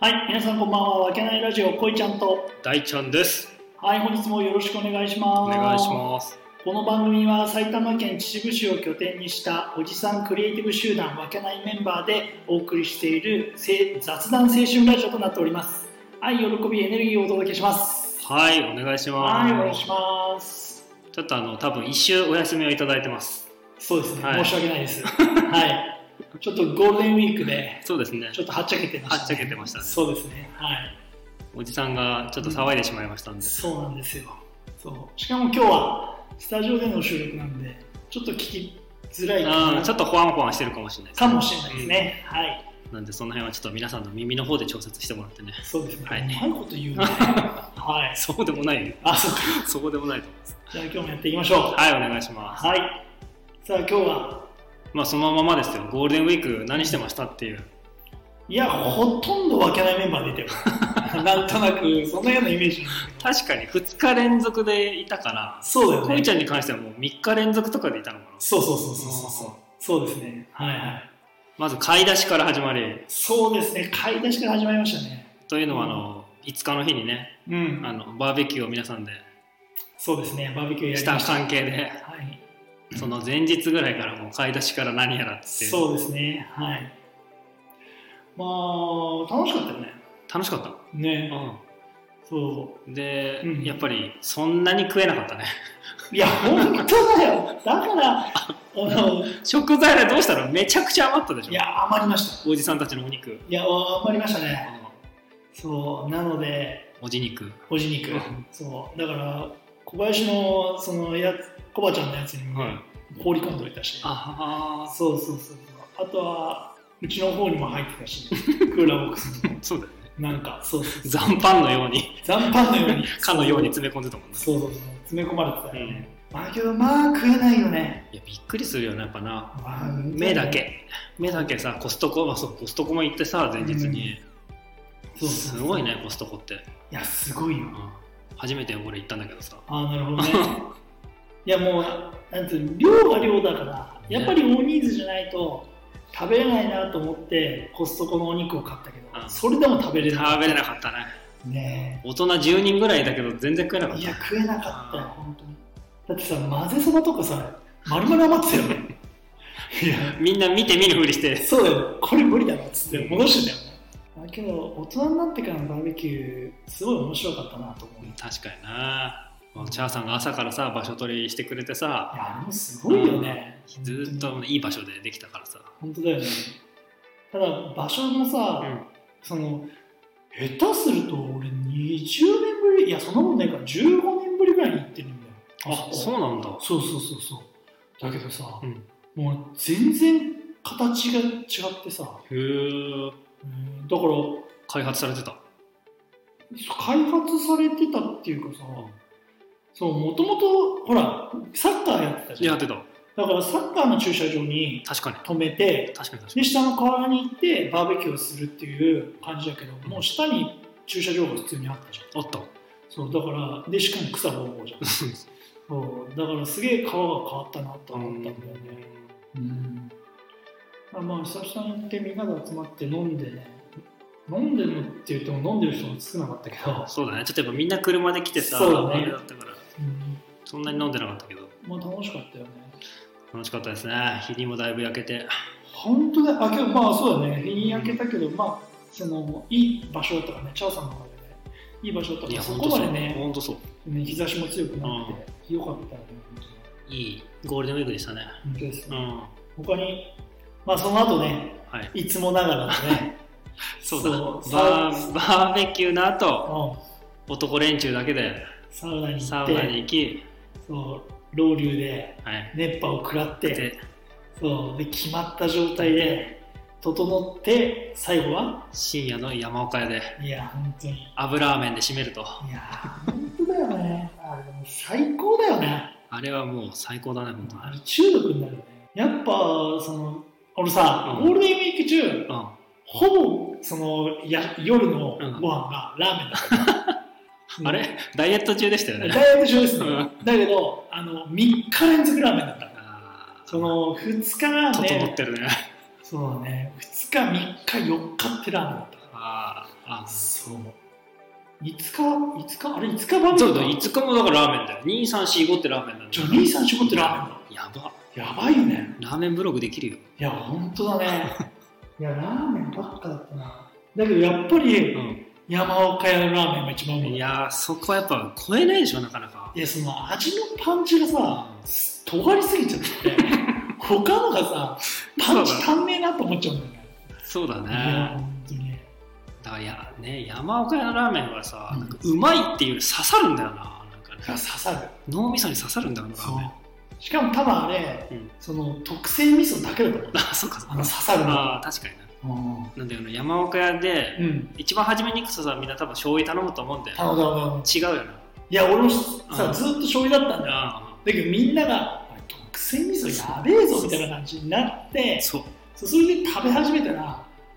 はい、皆さんこんばんは。わけないラジオこいちゃんと。大ちゃんです。はい、本日もよろしくお願いしおます。願いします。この番組は埼玉県秩父市を拠点にしたおじさんクリエイティブ集団わけないメンバーでお送りしているせ雑談青春ラジオとなっております。愛、喜び、エネルギーをお届けします。はい、お願いします。はい、お願いします。ちょっとあの多分一周お休みをいただいてます。そうですね、はい申し訳ない です。はい。ちょっとゴールデンウィークで、そうですねち。ょっとはっちゃけてました、ね。はっちゃけてましたねそうですね。はい。おじさんがちょっと騒いでしまいましたんで。そうなんですよそうしかも今日はスタジオでの収録なんでちょっと聞きづらいうん、ちょっととホワンホワンしてるかもしれないですね、かもしれないですね、はいうん。なんでその辺はちょっと皆さんの耳の方で調節してもらってね。 そうですね、はいうまいこと言うね はいそうでもないよ。あそうかそうでもないと思います。じゃあ今日もやっていきましょうはい、お願いします。はいさあ今日はまあそのままですよ。ゴールデンウィーク何してましたっていう。いやほとんどわけないメンバーでい たよなんとなくそんなようなイメージ確かに2日連続でいたから、そうだよこいねちゃんに関してはもう3日連続とかでいたのかな。そうそうそうそうそうそうそうですねはいはいまず買い出しから始まり、そうですね買い出しから始まりましたねというのはあの、5日の日にねうんあのバーベキューを皆さんでそうですねバーベキューやしりまたした関係ではいその前日ぐらいからもう買い出しから何やらってそうですね、はい。まあ、楽しかったよね。楽しかった、ね、そで、うんやっぱりそんなに食えなかったね う。いや、本当だよ。だから、あの、食材でどうしたらめちゃくちゃ余ったでしょいや、余りました。おじさんたちのお肉いや、余りましたね。あのそう、なので、おじ肉おじ肉うん。そう、だから、小林の、その、やつ、コバちゃんのやつにもはい放り込んどいたし。あそうそうそう。あとは、うちの方にも入ってたし、クーラーボックスにも。あそうだよねなんか、そうそう。残飯のように残飯のように。かのように詰め込んでたもんねそうそうそう。詰め込まれてたよね。うんまあけどまあ食えないよね。いやびっくりするよねやっぱなまあ目だ。け目だけさコストコ、まあ、そうコストコも行ってさ前日に、そうすごい。ねコストコっていやすごいよ。 うん初めて俺行ったんだけどさああなるほどね。いやもうなんつうの量が量だからやっぱり大人数じゃないと食べれないなと思ってコストコのお肉を買ったけど、うんそれでも食べれない。食べれなかったねね大人10人ぐらいだけど全然食えなかえ。っいたや食えなかったよ本当に。だってさ混ぜそばとかさ丸々余ってたよ ね。いやみんな見て見ぬふりしてそうだよ、これ無理だなっつって戻してたよね。だけど、大人になってからのバーベキュー、すごい面白かったなと思う。い確かになもうチャーさんが朝からさ場所取りしてくれてさや、あれもすごいよね。ずーっといい場所でできたからさ、本当だよね。ただ、場所もさ、その、下手すると俺20年ぶり、いや、そんなもんないから15年ぶりぐらいに行ってるんだよ。あそううなんだそうそうそうそう。だけどさ、うんもう全然形が違ってさ、へえうんだから、開発されてた開発されてたっていうかさ、んそうもともとほらサッカーやってたじゃやんってただからサッカーの駐車場に確かに止めて確かに確かでに下の川原に行ってバーベキューをするっていう感じだけどもう下に駐車場が普通にあったじゃんあったそうだからでしかも草ぼうぼう じゃんそうだからすげえ川が変わったなと思ったんだよねうんあまあ久々に行ってみんなで集まって飲んでね飲んでるって言っても飲んでる人も少なかったけど、そうだねちょっとやっぱみんな車で来てさそうだねあれだったからうんそんなに飲んでなかったけどまあ楽しかったよね楽しかったですね日にもだいぶ焼けて本当だあ今日まあそうだね日に焼けたけど、まあそのいい場所だったからねチャーさんの方でねいい場所だったからそこまでね本当そうね日差しも強くなって、よかったよねいいゴールデンウィークでしたね本当ですうね、ん他にまあその後ねはいいつもながらのね そうだそうバーバーベキューの後うん男連中だけでサウナに行サっウナてに行き、そうロウリュではい、熱波を食らってでそうで決まった状態で整って最後は深夜の山岡屋でいや本当に油ラーメンで締めるといやー本当だよね。あれもう最高だよね。あれはもう最高だね本当あれ中毒になるよね。やっぱその俺さ、うんゴールデンウィーク中に、ほぼそのや夜のごうん飯がラーメンだった うん、あれダイエット中でしたようんねダイエット中ですねう。だけどあの3日連続ラーメンだった。あーその2日ラーメ整っン、てるねそうだね。2日3日4日ってラーメンだった。あーあそう5日5日あれ5日番そうだ組5日もだからラーメンだよ2345ってラーメンなんだじゃあ兄さん仕事ラーメンやばやばいよねラーメンブログできるよいや本当だね いやラーメンばっかだったなだけどやっぱりう山岡屋のラーメンが一番うまんいいいやーそこはやっぱ超えないでしょなかなかやその味のパンチがさ尖りすぎちゃって て他のがさパンチ足んねえなと思っちゃうんだよねそうだいやね本当にだからやね山岡屋のラーメンはさうんなんかうまいっていうより刺さるんだよななんかね刺さる脳みそに刺さるんだよなラーメンしかも多分あれ、うんその特製味噌だけだと思うあそうかそうあのか刺さるのあー確かになうんなんだよな山岡屋でうん一番初めに行くとさみんな多分醤油頼むと思うんだよ頼む頼む頼む違うよないや俺もさ、うんずっと醤油だったんだよあだけどみんながあれ特製味噌やべえぞみたいな感じになってーそうそうそれで食べ始めたら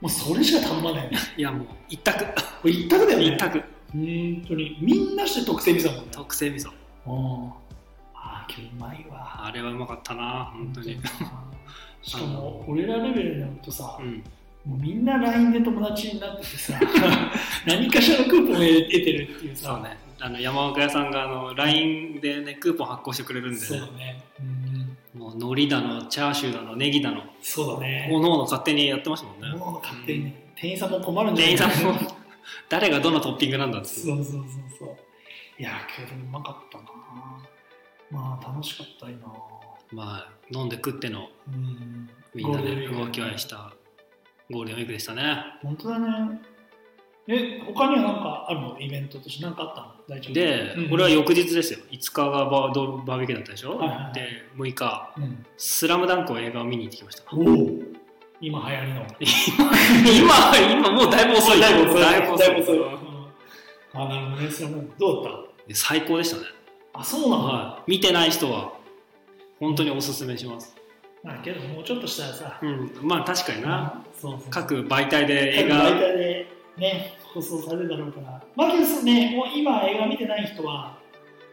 もうそれしか頼まないねいやもう一 択これ一択だよね一択本当にみんなして特製味噌だもんね特製味噌うんああ今日うまいわあれはうまかったな本当にしかも俺らレベルになるとさう、んもうみんな LINE で友達になってて さ何かしらのクーポンを得てるっていうさそうねあの山岡屋さんがあの LINE でねクーポン発行してくれるんでそうねだねうんもう海苔だのチャーシューだのネギだのそうだねおのおの勝手にやってましたもんねもう勝手にね店員さんも困るんじゃな店い員さんも誰がどのトッピングなんだっつってそうそうそうそういや今日でもうまかったなまあ楽しかった今まあ飲んで食ってのうんみんなゴールデでンウィークだね動きはしたゴールデンウィークでしたね本当だねえ他には何かあるのイベントとして何かあったの大丈夫で、うん俺は翌日ですよ5日がバードバーベキューだったでしょ、はいはいはいで6日うん「スラムダンクを映画を見に行ってきましたおお今流行りの今今もうだいぶ遅いだいぶ遅いだいぶ遅いうんあなるほどねそれはもうどうだっで最高でしたね、たあそうなの、はい、見てない人は本当におすすめします、まあけどもうちょっとしたらさうん、まあ確かにな、そうそう各媒体で映映画画でね放送されるだろうからまあけどそうねもう今映画見てない人は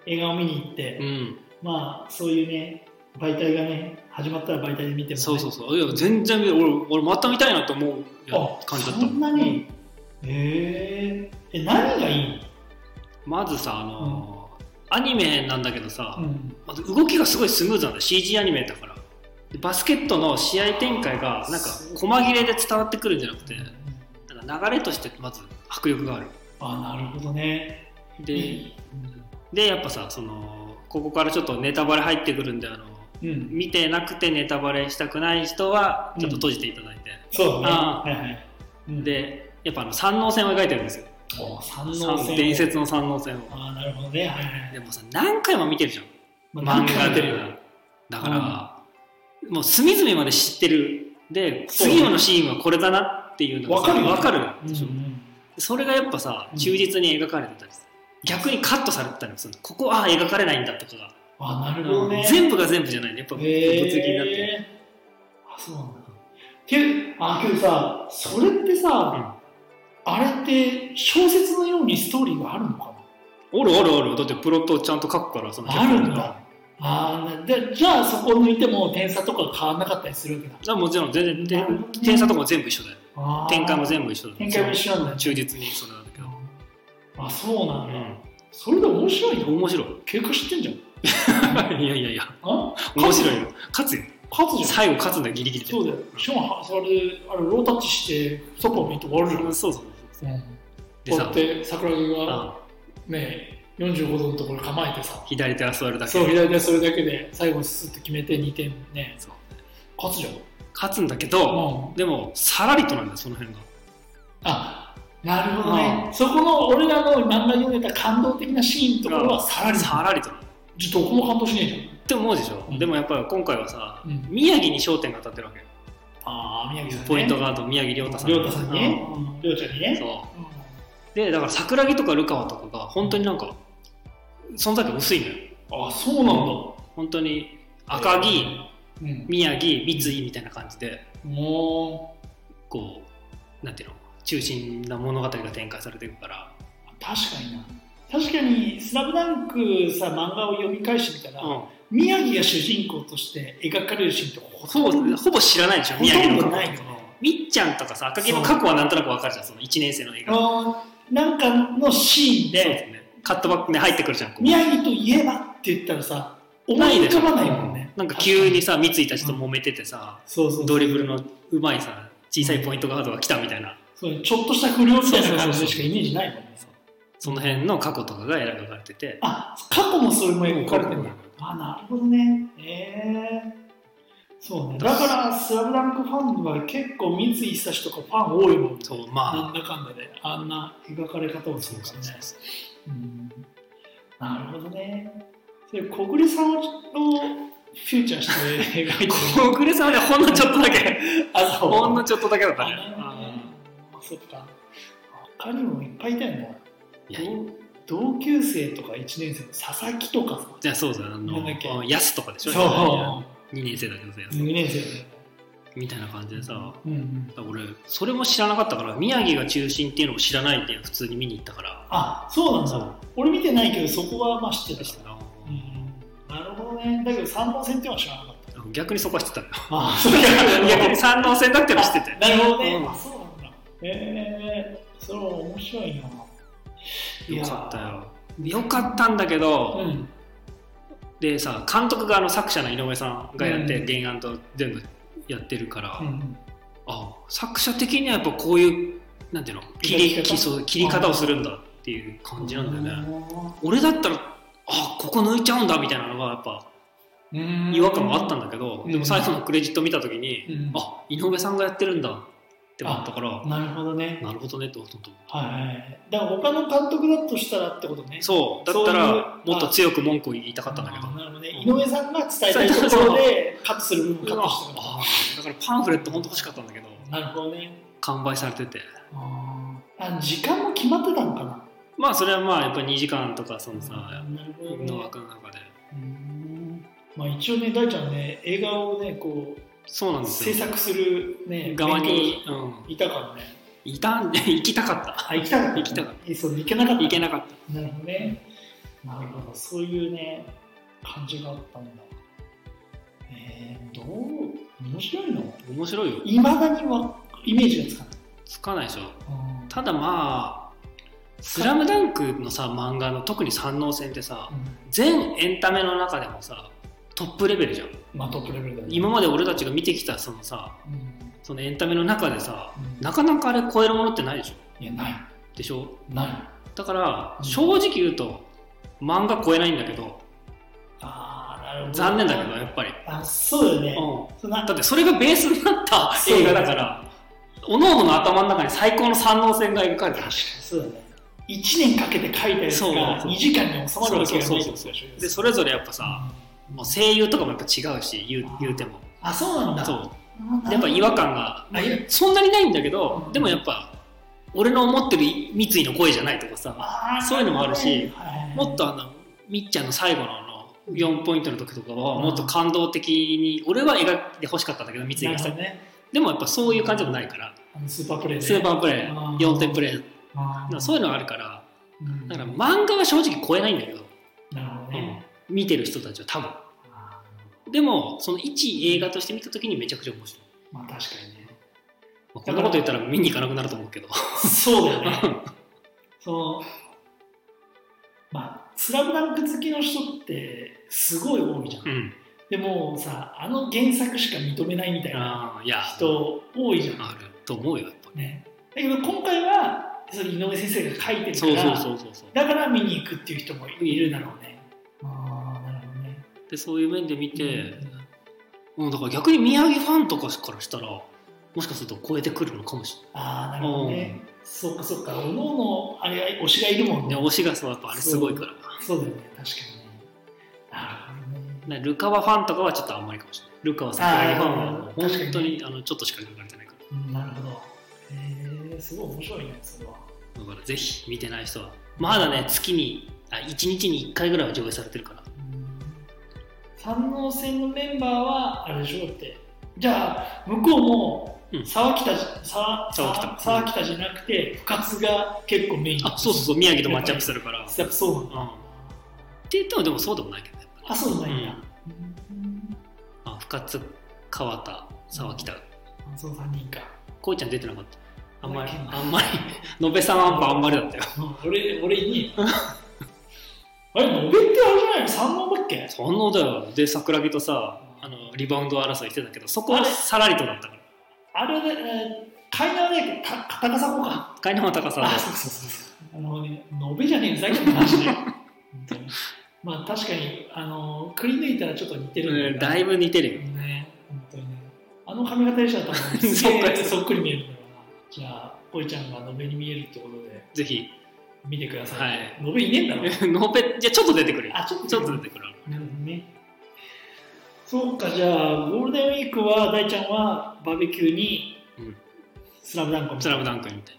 映画を見に行って、うん、まあそういうね媒体がね始まったら媒体で見ても、ね、そうそうそういや全然俺俺また見たいなと思ういやあ感じだっそたんなにへええ何がいいまずさあのーアニメなんだけどさ、の、うん、まず動きがすごいスムーズなんだ CG アニメだからでバスケットの試合展開がなんか細切れで伝わってくるんじゃなくてなんか流れとしてまず迫力があるあなるほどねででやっぱさそのここからちょっとネタバレ入ってくるんであのうん、うん、見てなくてネタバレしたくない人はちょっと閉じていただいて、そうだねあはいはいうんでやっぱあの三能線を描いてるんですよお三能線伝説の三能線をああなるほどねはいはいでもさ何回も見てるじゃんまあ漫画でだから、もう隅々まで知ってるで次のシーンはこれだなっていうのがわかさるよねわかるうんでしょ、うんそれがやっぱさうん忠実に描かれてたりする逆にカットされてたりもするのここああ描かれないんだとかが、あなるほどね全部が全部じゃないねやっぱ部物理になってる、あそうなんだけあけどさそれってさ、あれって小説のようにストーリーがあるのかなおるおるおるだってプロットをちゃんと書くからその脚ある本んがだ。あーでじゃあそこ抜いても点差とか変わらなかったりするわけだあもちろん全な然るほどねで点差とかも全部一緒だよあー展開も全部一緒だよ展開も一緒なんだ忠実にそれなんだけど、あそうなんだ、うそれで面白いん、よ面 白結果知ってんじゃん いいやいやいやあ面白いよ勝つよ勝つじゃん最後勝つんだよギリギリでそうだよしかもはそれであれロータッチしてそこを見て終わるじゃん、そうそうそうでこうやさって桜木があね45度のところ構えてさ左手は座るだけそう左手それだけで最後スッと決めて2点ねそう勝つじゃん勝つんだけうど、んでもさらりとなんだよその辺があなるほどねそこの俺らの漫画に出た感動的なシーンとかはさらにさらりとなんだよちょっとどこも感動しねえじって思うでしょ、うんでもやっぱり今回はさ、ゃん、うん、宮城に焦点が当たってるわけよああ宮城さん、ね、ポイントガード宮城亮太さん亮太さんにね亮、ちゃんにうんねそうでだから桜木とか流川とかが本当になんか存在感薄いのよあそうなんだ、本当に赤木、うん、宮城三井みたいな感じでもうこうなんていうの中心な物語が展開されていくから、確かにな確かに「スラムダンクさ漫画を読み返してみたら、うん宮城が主人公として描かれるシーンってほとほんどぼほぼ知らないでしょほと宮城んのど過ない去よねみっちゃんとかさ赤木の過去はなんとなくわかるじゃんその1年生の映画あーなんかのシーンそうでですねカットバックね入ってくるじゃんこう宮城といえばって言ったらさ思ないいで浮しかょばないもんねなんか急にさ三井たちと揉めててさ、そうそうドリブルのうまいさ小さいポイントガードが来たみたいなそうちょっとした不良みたいな感じでしかイメージないもんねそうその辺の過去とかが描かれててあ過去もそれも描かれてるんだあなるほどねええそうねだから「スラムダンクファンは結構三井久志とかファン多いもんねそうなまあんだかんだで、あんな描かれ方をすそうるかそらうそうねうんなるほどねで小暮さんをフューチャーして描い てるそう小暮さんはねほんのちょっとだけあそうほんのちょっとだけだったあねなるほどねあそっか他にもいっぱいいたよねいやいい同級生とか1年生の佐々木とかさじゃあそうだあなんだっけのヤスとかでしょ2年生だけどさヤス2年生だよねみたいな感じでさうんうん俺それも知らなかったから宮城が中心っていうのも知らないで普通に見に行ったからあそうなんそだう俺見てないけどそこはまあ知ってでたしし、たなうん、なるほどねだけど三本線っていうのは知らなかった逆にそこは知ってたよあ そう逆に三能戦だっていうのは知っててなるほどね、うんあそうなんだへえそれは面白いなよかったよよかったんだけど、うんでさ監督があの作者の井上さんがやって、うん原案と全部やってるから、うんあ作者的にはやっぱこういうなんていうの切り切り方きそう切り方をするんだっていう感じなんだよね、ね俺だったらあここ抜いちゃうんだみたいなのがやっぱ違和感もあったんだけど、うんでも最後のクレジット見た時に、うんあ井上さんがやってるんだって思ったからなるほどねなるほどねって思ったと思うはいはいはいだから他の監督だとしたらってことねそうだったらそういうもっと強く文句を言いたかったんだけどあーなるほどね、井うん上さんが伝えたいところでカットする部分うをカッわトしてあーだからパンフレット本当欲しかったんだけどたなるほどね完売されててあーあ時間も決まってたのかなまあそれはまあやっぱり2時間とかそのさなるほどねの枠の中でうんまあ一応ね大ちゃんね映画をねこうそうなんです制よ作するね側勉に、うん強、いたからねいたんで 行きたかったあ行きたかった 行きたかっそう行けなかった行けなかったなるほどね。なるほど、そういうね、感じがあったんだ。えー、どう、面白いの面白いよいまだにはイメージがつかない。つかないでしょただまあ「スラムダンクのさ漫画の特に三能戦ってさうん全エンタメの中でもさトップレベルじゃんまあ、トップレベルだね。今まで俺たちが見てきたそのさうん、そのエンタメの中でさうんなかなかあれ超えるものってないでしょいや、ない。でしょない。だからうん正直言うと漫画超えないんだけどああ、なるほど。残念だけど。やっぱり、あ、そうだよね。うそうなんん、だってそれがベースになった映画だからおのおの頭の中に最高の三能線が描かれてるしそうだね。1年かけて書いたやつそうが2時間に収まるわけがないってことしょでそれぞれやっぱさもう声優とかもやっぱ違うし言う言うてもあ、そうなんだ。そうあーやっぱ違和感がなるほどあそんなにないんだけどうんでもやっぱ俺の思ってる三井の声じゃないとかさあーそういうのもあるしはいはいはいもっとあのみっちゃんの最後のあの4ポイントの時とかはもっと感動的に俺は描いてほしかったんだけど三井ながるしほたどね。でもやっぱそういう感じもないからあのスーパープレイねスーパープレイあー4点プレイだかあーらそういうのがあるからうんだから漫画は正直超えないんだけど、なるほどね。見てる人たちは多分あでもその一映画として見た時にめちゃくちゃ面白いーまあ確かにね。 まあこんなこと言ったら見に行かなくなると思うけどそうだよね。 そのまあ、スラムダンク好きの人ってすごい多いじゃんう。んでもさ、あの原作しか認めないみたいなああいや人多いじゃん。あると思うよやっぱね、だけど今回はそれ井上先生が書いてるかそうらそうそうそうそうだから見に行くっていう人もいるだろうね。ああ、なるほどね。でそういう面で見て、うん、だから逆に宮城ファンとかからしたらもしかすると超えてくるのかもしああ、なるほどね。そっかそっか、おのおの、あれ、推しがいるもんねれない。で推しがそうやっぱあれすごいからだかそうだよね、確かにね。なるほどね。らルカワファンとかはちょっとあんまりかもしれないルカワさんあーファンはもう本確か当ににあのちょっとしか描かれてないからうんなるほど。へえ、すごい面白いね、それは。だからぜひ見てない人はまだね月にあ1日に1回ぐらいは上映されてるから三能戦のメンバーは、あれでしょだって。じゃあ、向こうもう、ん沢北じ、沢沢北沢沢北じゃなくて、深津が結構メイン。あそうそうそう宮城とマッチアップするから、うん、っやっぱそうなんだ。て言ってもでもそうでもないけどねやあ、っそうなんや。ぱ、あ深津川田沢北あその3人かこういちゃん出てなかったあんまり俺あんまり野辺さんはやっぱあんまりだったようん 俺俺にあれ野辺ってあれじゃないの三能だっけそんなだよで桜木とさあのリバウンド争いしてたけどそこはさらりとだったからあれで、えー、海南でか片笠子か海南は高さあそうそうそうそうあのね延べじゃねえ最近の話で本当にまあ確かにあのくり抜いたらちょっと似てで、るうん、んだだけいぶ似てるどよね本当にねあの髪型でしたら多分すげ そっえかそっくり見えるんだろうなじゃあこいちゃんが延べに見えるってことでぜひ見てくださ、はいい延べいねえんだろう野辺じゃあちょっと出てくるよあちょっとちょっと出てくるなるほどねそうかじゃあゴールデンウィークは大ちゃんはバーベキューにうんスラムダンクを見たスラムダンクみたい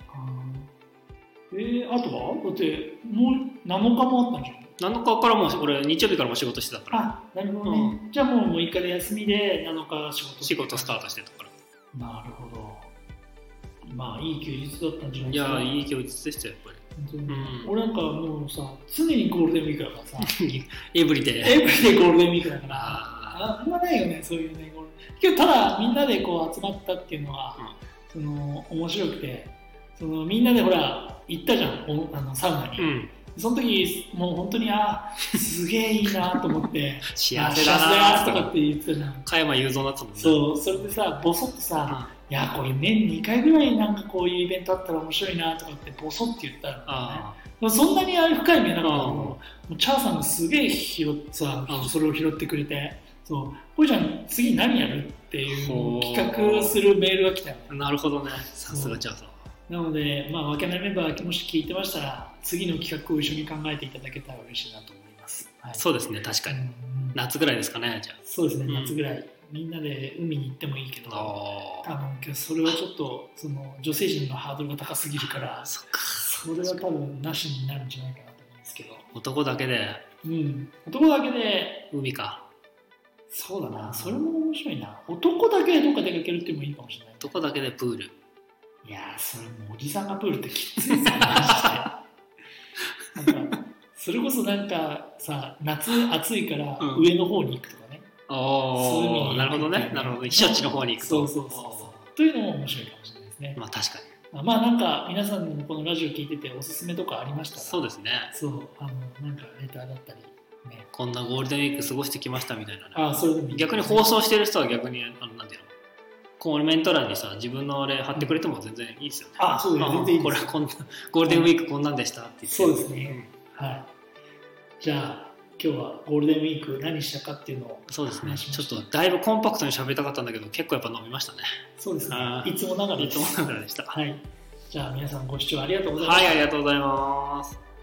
えー、あとはだってもう7日もあったんじゃんな7日からもう俺日曜日からも仕事してたからあなるほどね、じゃあもう6日で休みで7日仕事仕事スタートしてたからなるほどまあいい休日だったんじゃないいやーいい休日でしたよやっ本当にうん俺なんかもうさ常にゴールデンウィークだからさ ぱりエブリデイエブリデイゴールデンウィークだからあああんまないよねそういうねゴール今日ただみんなでこう集まったっていうのは、その面白くてそのみんなでほら行ったじゃんおあのサウナに、ーうんその時もう本当にあーすげえいいなと思って幸せあー幸せだだなとなかーって言ってたじゃん加山雄三だったもんねそうそれでさボソッとさあ「いやこれ年2回ぐらいなんかこういうイベントあったら面白いな」とかってボソって言ったのねあでもそんなにあれ深い目なかったけどうんもうチャーさんがすげえ拾ってさうんそれを拾ってくれて「そうこれじゃん次何やる?」っていほうう企画するメールが来たのーなるほどねさすがチャーさんなのでまあわけないメンバーもし聞いてましたら次の企画を一緒に考えていただけたら嬉しいなと思います、はい、そうですね確かにうん夏ぐらいですかねじゃそうですね、うん夏ぐらい、みんなで海に行ってもいいけど、ああ多分けどそれはちょっとその女性陣のハードルが高すぎるから、そっかそれは多分なしになるんじゃないかなと思うんですけど、男だけでうん、男だけで、海かそうだな、それも面白いな、男だけでどっか出かけるっていうのもいいかもしれない。男だけでプールいやー、それもうおじさんがプールってきついですよ、マジで。な んかそれこそなんかさ、夏暑いからうん上の方に行くとかね。そういう意味あにあなるほどねなるほど避暑地の方に行くそとうそうそうそう。というのも面白いかもしれないですね。まあ確かにまあなんか皆さんのこのラジオ聞いてておすすめとかありましたらそうですねそうあのなんかレターだったりねこんなゴールデンウィーク過ごしてきましたみたいなねあそれでもいい逆に放送してる人は逆にあのなんていうのコメント欄にさ自分のあれ貼ってくれても全然いいですよねあそうですあ全然いいこでれすはこんなゴールデンウィークこんなんでしたって言ってそうですねはいじゃあ今日はゴールデンウィーク何したかっていうのをそうですね話しまちょしったとだいぶコンパクトに喋りたかったんだけど結構やっぱ飲みましたねそうですねあーいつもながらいでつすもながらでしたはいじゃあ皆さんご視聴ありがとうございましたはいありがとうございます